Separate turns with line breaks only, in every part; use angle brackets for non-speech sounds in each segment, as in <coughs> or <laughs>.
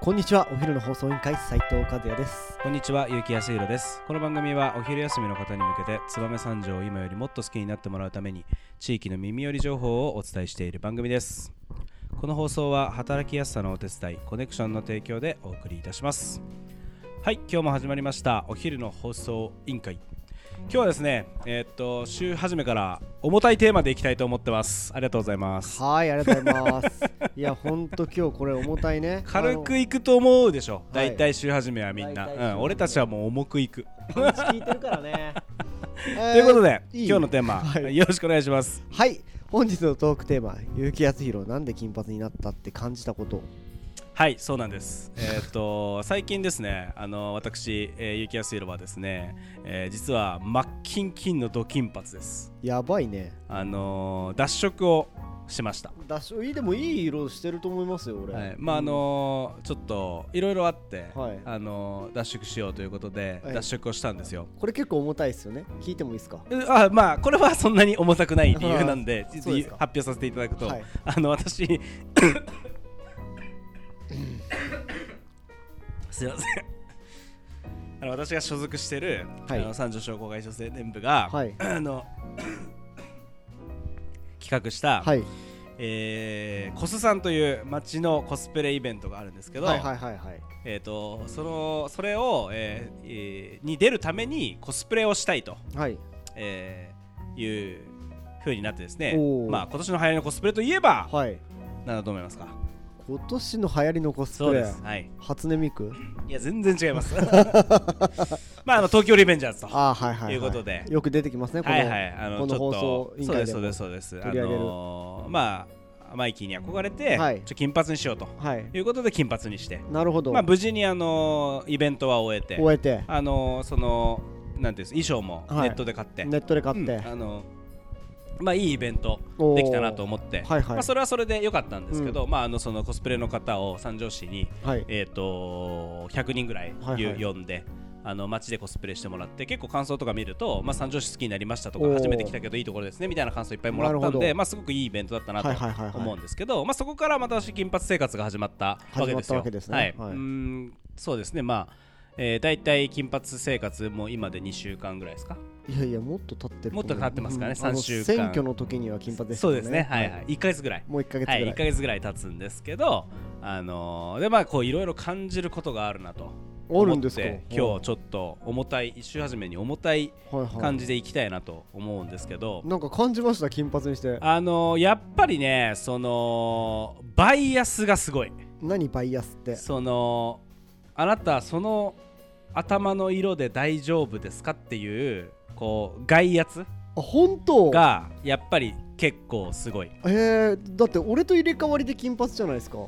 こんにちはお昼の放送委員会斉藤和也です
こんにちは、ゆうきやすいろです。この番組はお昼休みの方に向けて、燕三条を今よりもっと好きになってもらうために、地域の耳寄り情報をお伝えしている番組です。この放送は、働きやすさのお手伝い、コネクションの提供でお送りいたします。はい、今日も始まりました、お昼の放送委員会。今日はですね、えーっと、週初めから重たいテーマでいきたいと思ってます。ありがとうございます。
はいありがとうございます <laughs> いやほんと今日これ重たいね
軽くいくと思うでしょ、
はい
大体週初めはみん
大
な。
体週初め
うん、俺たちはもう重くいく。
あのパンチ聞いてるからね
<laughs> ということで、
えーいい
今日のテーマ、
はい
よろしくお願いします。
はい本日のトークテーマ結城康弘なんで金髪になったって感じたこと
はい、そうなんです。えーっと、最近ですね、あの、私、えー、ゆきやすいろはですね、えー実は、真っ金金のド金髪です。
やばいね
あのー脱色をしました。
だしいいでもいい色してると思いますよ俺
はい、まあ、あのーちょっと、いろいろあって、
はい
あのー脱色しようということで、
はい
脱色をしたんですよ。
これ結構重たいですよね聞いてもいいですか
うあまあこれはそんなに重たくない理由なんで
あー
ちょっ
そ
と
うですか
発表させていただくと、
はい
あの私 <coughs> すいませんあの私が所属してる、
はい
あの三条商工会女性年部が、
はい
あの企画した、
はい
えーコスさんという町のコスプレイベントがあるんですけど、
はいはいはいはい
えー、とそのそれを、えーえーに出るためにコスプレをしたいと。
はい
えーいう風になってですね
おー
まあ今年の流行りのコスプレといえば
はい
何だと思いますか
今年の流行りのコス
そ
プ
う
レ
ですはい
初音ミク
いや全然違います <laughs> まああの東京リベンジャーズと
ああはいはい、はい、
ということで
よく出てきますねこの,、
はいはいあの
この放送委
ち
員
ょっとそうで
会で
すそう
も
ですそう
取
です
り上げる
あのーまあマイキーに憧れて、
はい
ちょっと金髪にしようと
はい
いうことで金髪にして
なるほど、
まあ無事にあのーイベントは終えて
終えて
あのーそのなんていうんです衣装も
はい
ネットで買って、
ネットで買って、
うんあのまあいいイベント
おー
できたなと思って、
はいはい
まあ、それはそれで良かったんですけど、まああのそのコスプレの方を三条市に
はい
えっ、と100人ぐらい、
はいはい
ゆ呼んで。あの街でコスプレしてもらって結構感想とか見ると、まあ、三条市好きになりましたとか
おー
初めて来たけどいいところですねみたいな感想いっぱいもらった
なる
ん
ほど
で、まあ、すごくいいイベントだったな
はいはいはいはい
と思うんですけど、まあ、そこからまた私金髪生活が始まったわけです
始まった
よ。
わけですね
はい、
はいう
ーんそうですねまあ、えー、大体金髪生活も今で2週間ぐらいですか
いやいやもっと経ってる
もっと経ってますからね
あの
3週間
選挙の時には金髪でした
そ
も
うんですね、はいはい、1か月ぐらい、
もう1ヶ月ぐ
は
らい、
い、1か月ぐらい経つんですけど、あのーでまあ、こういろいろ感じることがあるなと
ある
思
ん
っ
ですか
て、今日ちょっと重たい、週初めに重たい
はいはい
感じでいきたいなと思うんですけど、
なんか感じました金髪にして
あのーやっぱりね、そのバイアスがすごい、
何バイアスって
そのあなた、その頭の色で大丈夫ですかっていう、こう外圧
あ本当
がやっぱり結構すごい。
えー、だって俺と入れ替わりで金髪じゃないですか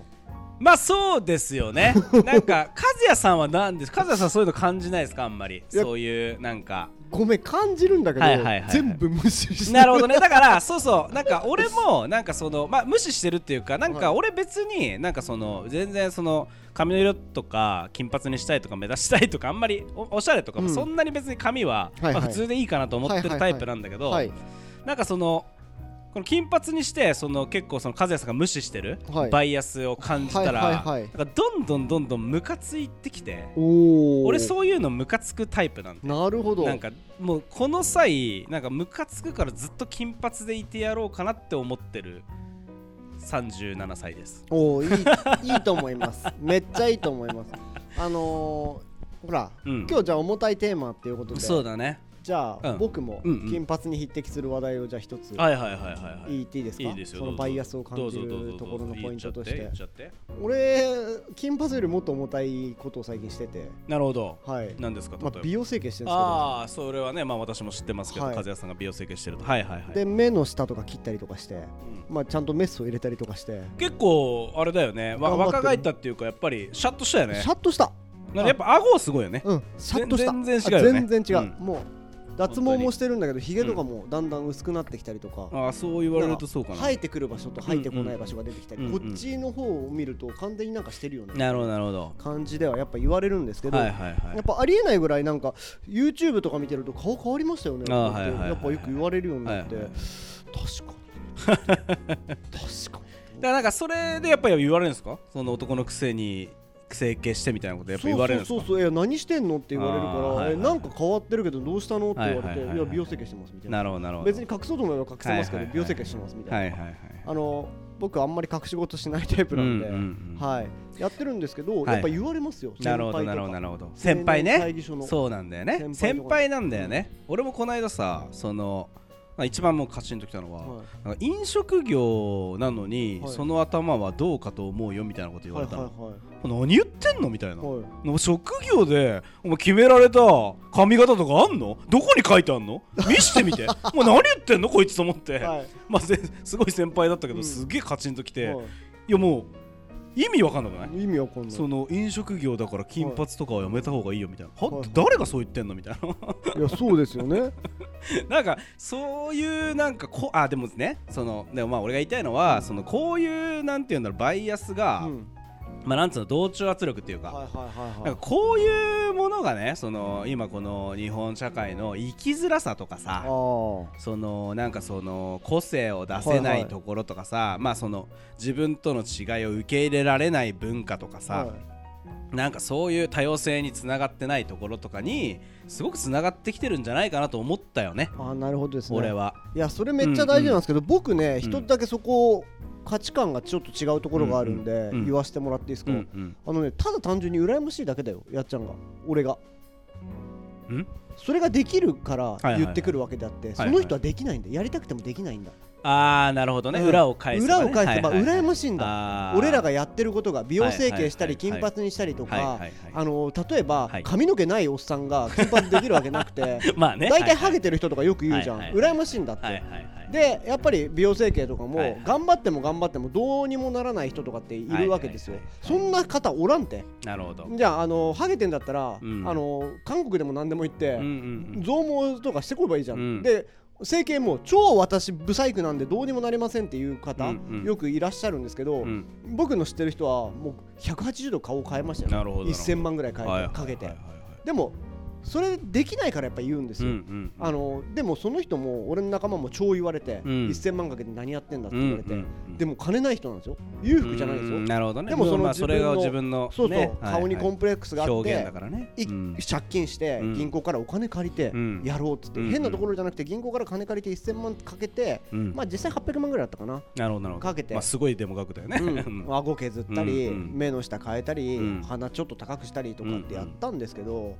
まあそうです
<laughs>
よねなんか和也さんは何です和也さんそういうの感じないですかあんまり
いや
そういうなんか
ごめん感じるんだけど、
はいはいはいはい
全部無視して
なるほどねだからそうそうなんか俺もなんかそのまあ無視してるっていうかなん
は
か俺別になんかその全然その髪の色とか金髪にしたいとか目指したいとかあんまりおおしゃれとかも
うん
そんなに別に髪は、
はいはい
まあ普通でいいかなと思ってるタイプなんだけど、
はい
なんかそのこの金髪にしてその結構その和也さんが無視してる、
はい
バイアスを感じたら、
はいはいはい
なんかどんどんどんどんムカついてきて
おお
俺そういうのムカつくタイプなんで
なるほど
なんかもうこの際なんかムカつくからずっと金髪でいてやろうかなって思ってる37歳です
おおいいいいと思いますめっちゃいいと思いますあのー、ほら、
うん
今日じゃあ重たいテーマっていうことで
そうだね
じゃあ、
うん
僕も
うんうん
金髪に匹敵する話題をじゃあ一つ
はいはいはいはいはい
言っていいですか、
いいですよ
その
どうぞ
バイアスを感
どう
じ
ぞどう
る
ぞ
ところのポイントとし
言
て
っちゃって言っちゃ
俺金髪よりもっと重たいことを最近してて
ってなるほど
はい、
何ですか例
ま
え
あ
ば、、
美容整形してるんですけど
ああそれはねまあ私も知ってますけど、
はい
和也さんが美容整形してるとはいはいはい
で目の下とか切ったりとかして、
うん
まあ、ちゃんとメスを入れたりとかして、
結構あれだよね
頑張っ
わ
てる
若返ったっていうかやっぱりシャッとしたよね
シャッとした
なんかやっぱ顎すごいよね
うん、シャッとした
全然違うよね
あ全然違う、
う
もう脱毛もしてるんだけどひげとかもだんだん薄くなってきたりとか、
ああそう言われるとそうかな
生えてくる場所と生えてこない場所が出てきたり、
うんうん
こっちの方を見ると完全になんかしてるよね、
なるほどなるほど
感じではやっぱ言われるんですけど、
はいはいはい
やっぱありえないぐらいなんか YouTube とか見てると顔変わりましたよね
あー
って
はいはいはい
やっぱよく言われるようになって、
はいはい
確かに確かに
だからなんかそれでやっぱり言われるんですかその男のくせに整形してみたいなことやっぱ言われるんです
そう
か
そうそういや何してんのって言われるから、
あーはいはい
えなんか変わってるけどどうしたのって言われて、
はいいはいはいはい
や美容整形してますみたいな
なるほどなるほど
別に隠そうと思えば隠せますけど、
はいはいはい
美容整形してますみたいな、
はいはいはい
あの僕あんまり隠し事しないタイプなんで、
うんうんうん
はい、やってるんですけど、
はい
やっぱ言われますよ
なるほど
先輩とか
なるほどなるほど先輩
青年会
ね
議所の
そうなんだよね先輩
先輩とか
なんだよね、俺もこの間さそのまあ一番もうカチンときたのは、
はい
なんか飲食業なのに、
はい
その頭はどうかと思うよみたいなこと言わ
はい
れ
は
た
い
の、
は
何言ってんのみたいな、
いはい
の職業でお前決められた髪型とかあんのどこに書いてあんの見してみてもう何言ってんのこいつと思って、 <laughs>
はい
まあ、せすごい先輩だったけど、
うん
すげえカチンときて、
はい
やもう意味わかんなくない
い、意味わかんない
その飲食業だから金髪とかはやめた方がいいよみたいな、は
はい
誰がそう言ってんのみたいな
いやそうですよね
なんかそういうなんかこあでもねそのでもまあ俺が言いたいのはそのこういうなんていうんだろうバイアスが、
うん
まあなんつうの同調圧力っていうか、
はいはいはい
なん
はい
かこういうものがねその今この日本社会の生きづらさとか
あ
さ
ー
そのなんかその個性を出せ
は
ない
はいい
ところとかさ、まあその自分との違いを受け入れられない文化とか
は
さ、
い
なんかそういう多様性につながってないところとかにすごくつながってきてるんじゃないかなと思ったよね
あーなるほどですね
俺はい
やそれめっちゃ大事なんですけど、僕ね
ん
一つだけそこ価値観がちょっと違うところがあるんで、
うんうん
言わせてもらっていいです
う
か、
ん
あのねただ単純に羨ましいだけだよやっちゃんが俺が
うんん
それができるから
いはい
言ってくるわけであって、
いはい
その人はできないんだやりたくてもできないんだ、
ああなるほどね、
うん
裏を返す、ね、
裏を返せば
はいはいはい
羨ましいんだ
あー
俺らがやってることが美容整形したり
はいは
金
いはいはい
髪にしたりと
はいはい
か
はい
あの例えば
はい
髪の毛ないおっさんが金髪できるわけなくて
まあ <laughs> ね
大体
は
ハ
いは
ゲてる人とかよく言うじゃん
はいはい
羨ましいんだって、
いはいはいはい
でやっぱり美容整形とかも、
はいはい
頑張っても頑張ってもどうにもならない人とかっているわけですよ、
はいはい
そんな方おらんて
なるほど
じゃああのハゲてんだったら、
うん
あの韓国でも何でも行って、
うんうん
増毛とかしてこればいいじゃん、
うん
で整形も超私不細工なんでどうにもなりませんっていう方、
うんうん
よくいらっしゃるんですけど、
うんうん
僕の知ってる人はもう180度顔を変えましたよ
なるほどなるほど
1000万ぐらい変えて、
はいはい
かけて、
はいはいはい
でもそれできないからやっぱ言うんです
うん
よ、
うん
あのでもその人も俺の仲間も超言われて、
うん
1000万かけて何やってんだって
う
言
ん
われて、
うん
でも金ない人なんですよ裕福じゃないですよ、
うんなるほどね
でもその
まあそれが自
自
分の
そうそう、
ねはいはい
顔にコンプレックスがあって
表現だからね
い
うん
借金して
うん
銀行からお金借りて
うん
やろうっつって、
うん
変なところじゃなくて銀行から金借りて1000万かけて、
うん
まあ実際800万ぐらいだったかな、
なるほどなるほど
かけて
まあすごいデモ額だよね
う
<laughs> うん
ん、 <laughs> 顎削ったり、
うんうん
目の下変えたり、
うん
鼻ちょっと高くしたりとかってやったんですけど、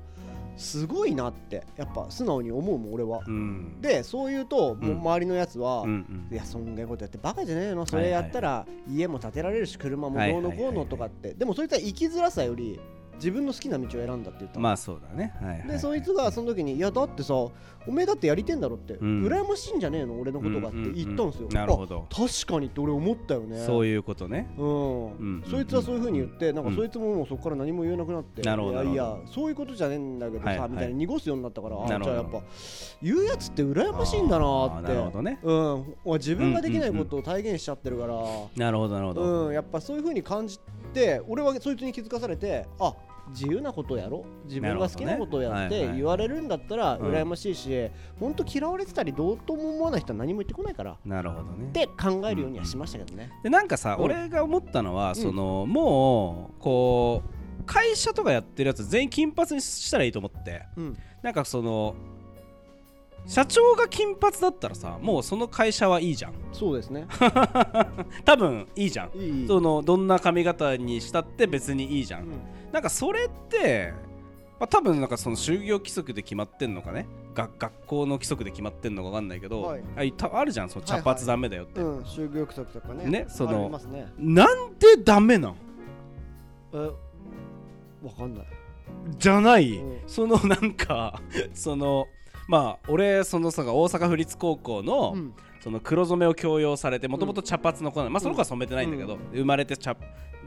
すごいなってやっぱ素直に思うもん俺は、
うん
でそう言うと、もう周りのやつは、
うんうん
いやそんなことやってバカじゃねえのそれやったら家も建てられるし車もどうのこうのとかってでもそいつは生きづらさより自分の好きな道を選んだって言ったの
まあそうだねはいはい
でそいつがその時に「いやだってさおめえだってやりてんだろ」って「
ん
羨ましいんじゃねえの俺のことが」って言ったんですよ
うううなるほど
あ確かにって俺思ったよね
そう
いう
いうことね
うん
うん
そいつはそういうふうに言ってなんか
うん
そいつももうそこから何も言えなくなって「
なるほど
いや
なるほ
い
ど
やそういうことじゃねえんだけど
はいは
さ
い」
みたいに濁すようになったからあ
なる
じ
ほ
ゃあや
ど
っぱ言うやつって羨ましいんだな
あー
っ
なるほ
て
どね
うん、俺自分ができないことを体現しちゃってるから、
なるほどなるほ
う
ど
んやっぱそういう風に感じて俺はそいつに気づかされてあ自由なことをやろう自分が好きなことをやっ
なるほどね
て
はいはい
言われるんだったら
うん
羨ましいし、本当嫌われてたりどうとも思わない人は何も言ってこないからっ
なるほどね
て考えるようにはしましたけどね。
でなんかさ
うん
俺が思ったのは
ん
そのもうこう会社とかやってるやつ全員金髪にしたらいいと思って
うん、
なんかその社長が金髪だったらさもうその会社はいいじゃん
そうですね。
多分いいじゃん
<laughs> いい。
そのどんな髪型にしたって別にいいじゃん、なんかそれって、まあ、多分なんかその就業規則で決まってんのかねが学校の規則で決まってんのか分かんないけど、
はい
あいたあるじゃんその
はいは
茶
い
髪ダメだよって、
うん、就業規則とかね。
ねその
ありますね。
なんでダメなん
え、わかんない。
じゃない、
うん
そのなんか <laughs> そのまあ俺そのさ大阪府立高校の、
うん
その黒染めを強要されてもともと茶髪の子なの、まあその子は染めてないんだけど、
う
生まれて茶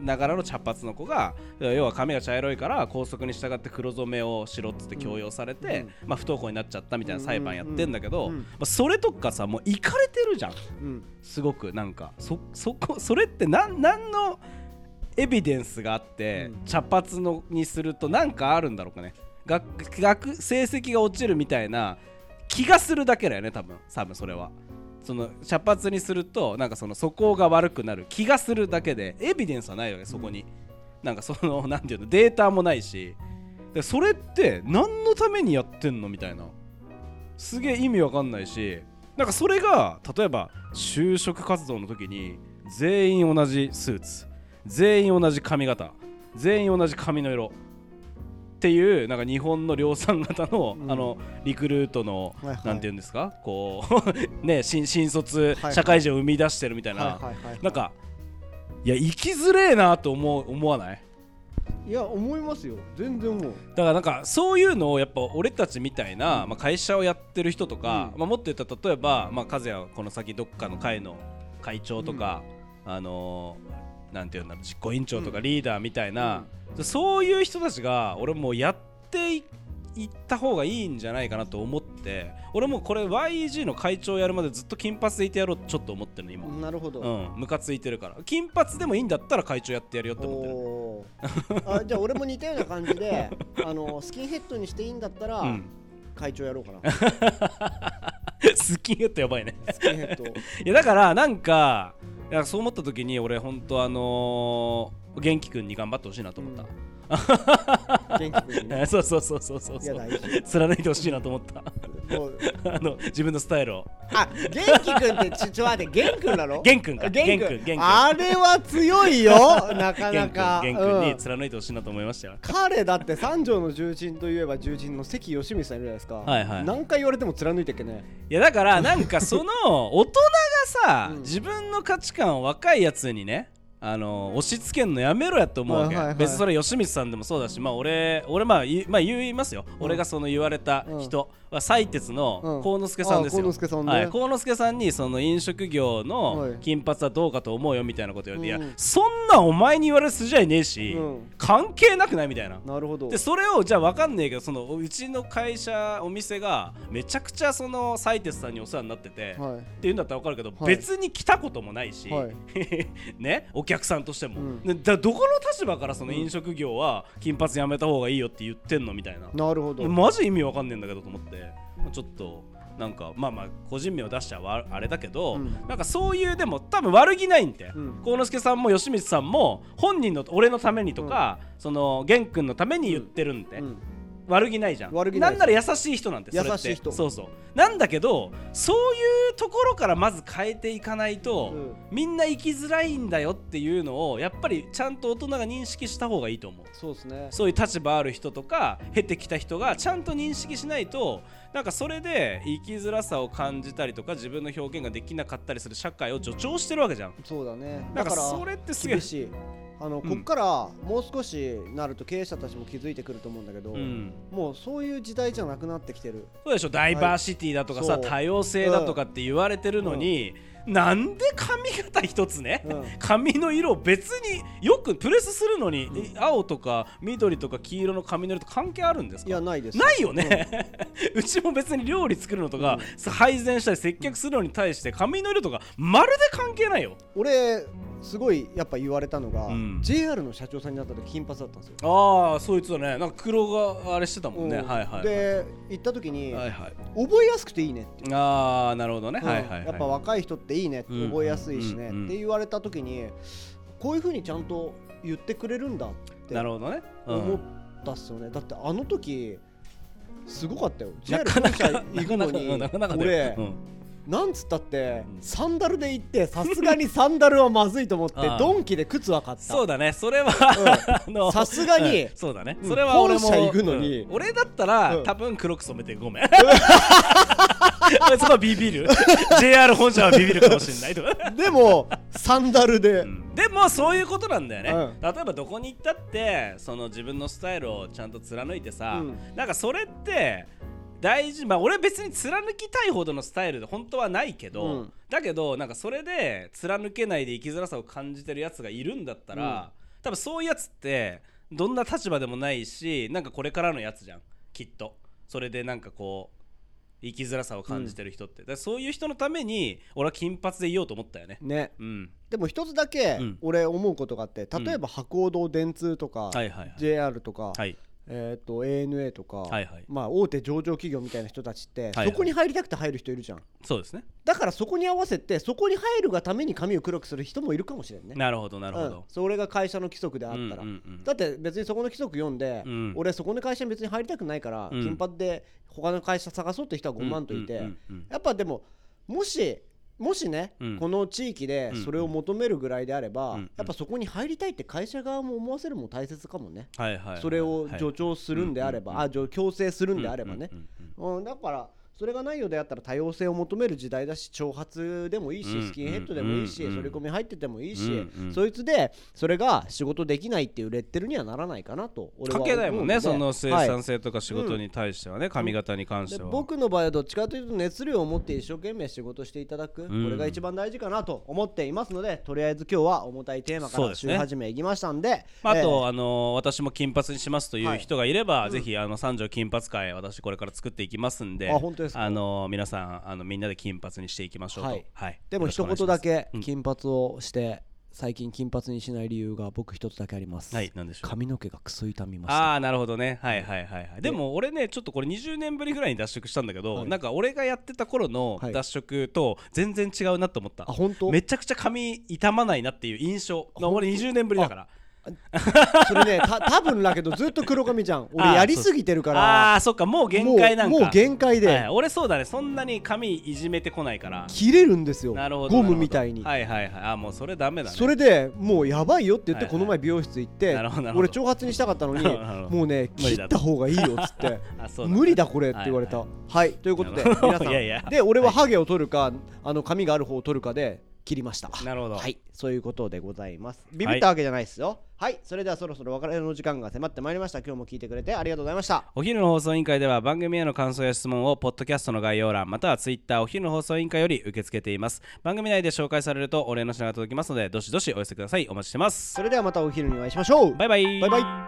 ながらの茶髪の子が要は髪が茶色いから校則に従って黒染めをしろっつって強要されて、まあ、不登校になっちゃったみたいな裁判やってんだけ
うん
ど、
うんうん
まあ、それとかさもういかれてるじゃん
うん、
すごくなんかそそこそれって何何のエビデンスがあって、
うん
茶髪のにすると何かあるんだろうかね学学成績が落ちるみたいな気がするだけだよね多分多分それはその茶髪にするとなんかその素行が悪くなる気がするだけでエビデンスはないよねそこに、なんかそのなんていうのデータもないしでそれって何のためにやってんのみたいなすげえ意味わかんないしなんかそれが例えば就職活動の時に全員同じスーツ全員同じ髪型全員同じ髪の色っていうなんか日本の量産型の,、
うん
あのリクルートの、
はいはい
なんていうんですかこう <laughs> ね新新卒
はいはい
社会人を生み出してるみたいな、
はいはいはい
なんかいや生きづれえなと思う思わない
いや思いますよ全然もう
だからなんかそういうのをやっぱ俺たちみたいな、まあ、会社をやってる人とか、
うん
まあ、もっと言ったら例えば、まあ、和也はこの先どっかの会の会長とか、あのーなんていうんだろう実行委員長とか
うん
リーダーみたいな、そういう人たちが俺もうやっていいった方がいいんじゃないかなと思って俺もうこれ YG の会長やるまでずっと金髪でいてやろうとちょっと思ってるの今、
なるほど、
うん、ムカついてるから金髪でもいいんだったら会長やってやるよって思ってる <laughs>
おーあじゃあ俺も似たような感じであのスキンヘッドにしていいんだったら、
うん、
会長やろうかな
スキンヘッドやばいね
スキンヘッド
いやだからなんかいやそう思った時に俺本当あのー、元気くんに頑張ってほしいなと思った、
元気君にね
そうそうそうそう <laughs> そう
い
そ
や
う
大事
貫いてほしいなと思った <laughs>
もう
あの自分のスタイルを
あ元気君ってちちょ待って元君だろ
元君か
あ元
元君元
君
君
あれは強いよなかな
元
か
君元君
う
に
ん
貫いてほしいなと思いましたよ、
彼だって三条の重鎮といえば重鎮の関義満さんいるじゃないですか、
はいはい
何回言われても貫いてっけね
いや
<laughs>
だからなんかその大人がさ、
うん
自分の価値観を若いやつにねあの押し付けんのやめろやと思うわ
は
け、
いはいはい
別にそれ吉光さんでもそうだしまあ俺俺まあ言,、まあ、言いますよ、俺がその言われた人は採鉄
う
の
ん
幸之助さんですよ、
あ幸之助さんね
はい、幸之助さんにその飲食業
は
の
い
金髪はどうかと思うよみたいなこと言われて、
うん
いやそんなんお前に言われる筋合いねえし、
うん
関係なくないみたいな
なるほど
でそれをじゃあ分かんねえけどそのうちの会社お店がめちゃくちゃそのサイテスさんにお世話になってて、っ
は
ていうんだったら分かるけど、
はい
別に来たこともないし、
は
<laughs> ねお客さんとしても、
うん、
でだどこの立場からその飲食業は金髪やめた方がいいよって言ってんのみたいない
なるほど
マジ意味分かんねえんだけどと思ってちょっとなんかまあまあ個人名を出しちゃわあれだけど、
うん
なんかそういうでも多分悪気ないんで、
うん
幸之助さんも吉光さんも本人の俺のためにとか、その玄君のために言ってるんで、
うん
悪気ないじゃん
悪気ない
んなら優しい人なんてそれって
優しい人
そうそうなんだけどそういうところからまず変えていかないと、
うん
みんな生きづらいんだよっていうのをやっぱりちゃんと大人が認識した方がいいと思う
そうですね
そういう立場ある人とか経てきた人がちゃんと認識しないとなんかそれで生きづらさを感じたりとか自分の表現ができなかったりする社会を助長してるわけじゃん
そうだね
な
だ
んか
から
それってすげえ
厳しいあの、
うん
こっからもう少しなると経営者たちも気づいてくると思うんだけど、
うん
もうそういう時代じゃなくなってきてる
そうでしょダイバーシティだとかさ、
そう
多様性だとかって言われてるのに、なんで髪型一つね、
うん
髪の色を別によくプレスするのに、え青とか緑とか黄色の髪の色と関係あるんですか
いやないです
ないよね、 <laughs> うちも別に料理作るのとか、配膳したり接客するのに対して髪の色とかまるで関係ないよ
俺すごいやっぱ言われたのが、
うん
JR の社長さんになった時金髪だったんですよ、
ああそいつだねなんか黒があれしてたもんね、
うん
はいはい
で行った時に、
はいはい
覚えやすくていいねって、
ああなるほどね、はいはいはい
うんやっぱ若い人っていいねって
うん
覚えやすいしね、
うんうん
って言われた時にこういうふうにちゃんと言ってくれるんだって
なるほどね、うん
思ったっすよね、だってあの時すごかったよ
な
JR
かな
本社
か
行くのに
<laughs> なかなかだよ
俺、
うん
なんつったって
うん
サンダルで行ってさすがにサンダルはまずいと思って
<laughs> ああ
ドンキで靴は買った
そうだねそれは、あの
さすがに
うんそうだね
うん
それは俺も
本社行くのに
うん俺だったら、
うん
多分黒く染めてごめん <laughs> そこはビビる <laughs> JR 本社はビビるかもしれないとか
でもサンダルで、
でもそういうことなんだよね、
うん
例えばどこに行ったってその自分のスタイルをちゃんと貫いてさ、
うん
なんかそれって大事まあ俺別に貫きたいほどのスタイルで本当はないけど、
うん
だけどなんかそれで貫けないで生きづらさを感じてるやつがいるんだったら、多分そういうやつってどんな立場でもないしなんかこれからのやつじゃんきっとそれでなんかこう生きづらさを感じてる人って、だからそういう人のために俺は金髪でいようと思ったよね
ね
うん
でも一つだけ
うん
俺思うことがあって、例えば博報堂電通とか、
はいはいはい
JR とか、
はい
えー、と ANA とか、
はいはい
まあ、大手上場企業みたいな人たちって、
はいはい
そこに入りたくて入る人いるじゃん
そうですね
だからそこに合わせてそこに入るがために髪を黒くする人もいるかもしれんね
なるほどなるほ
うん
ど、
それが会社の規則であ
う
っ
んうん
たら、
うん
だって別にそこの規則読んで、
うん
俺そこの会社に別に入りたくないから、
うん
金髪で他の会社探そうって人は5万といて、
うんうんうんうん
やっぱでももしもしね、
うん
この地域でそれを求めるぐらいであれば、
うんうん
やっぱそこに入りたいって会社側も思わせるのも大切かもね、
はいはいはい
それを助
はい
長するんであれば、
うんうんうん
あ助強制するんであればね
う、んうんうん
うん、だからそれがないようであったら多様性を求める時代だし長髪でもいい
うん
しスキンヘッドでもいいし
うん
反り込み入っててもいい
うん
し
うん
そいつでそれが仕事できないっていうレッテルにはならないかなと俺は思
関
う
係ないもんね
で
その生産
はい
性とか仕事に対してはね、髪型に関し
で
ては
僕の場合はどっちかというと熱量を持って一生懸命仕事していただく、
ん
これが一番大事かなと思っていますのでとりあえず今日は重たいテーマか
そう
ら
です
週
ね
始めいきましたんで
まああ
え
と、
ー
あの私も金髪にしますという人がいれば、ぜひあの三条金髪会私これから作っていきますんで
あ本当ですか
あの皆さんあのみんなで金髪にしていきましょうと、は
はいいでも
よろしく
一
お願いし
言
ま
だ
す
け
うん
金髪をして最近金髪にしない理由が僕一つだけあります、
はいなんでしょう
髪の毛がクソ痛みました
ああなるほどねはいはいはいはいでも俺ねちょっとこれ20年ぶりぐらいに脱色したんだけど、
はい
なんか俺がやってた頃の
はい
脱色と全然違うなと思った、
あ本当
めちゃくちゃ髪傷まないなっていう印象
あ
俺20年ぶりだから
それねた多分だけどずっと黒髪じ
<laughs>
ゃん俺
あー
やりすぎてるから
ああーそっかもう限界なんか
もうもう限界で
はい俺そうだねそんなに髪いじめてこないから
切れるんですよ
なるほど
ゴ
なる
ム
ほど
みたいに、
はいはいはいあもうそれダメだね
それでもうやばいよって言って
はいはい
この前美容室行って、
なるほどなるほ
俺
ど
長髪にしたかったのに
なるほどなるほど
もうね
無理
切
だ
っ
と
た方がいいよっつって。
あそう
無理だこれって言われた
は
はい、ということで
なるほど
皆さん
いやいや
で俺はハゲを取るか、あの髪がある方を取るかで切りました
なるほど
はいそういうことでございますビビったわけじゃないですよはい、それではそろそろお別れの時間が迫ってまいりました今日も聞いてくれてありがとうございました
お昼の放送委員会では番組への感想や質問をポッドキャストの概要欄またはツイッターお昼の放送委員会より受け付けています番組内で紹介されるとお礼の品が届きますのでどしどしお寄せくださいお待ちしてます
それではまたお昼にお会いしましょう
バイバイ
バイバイ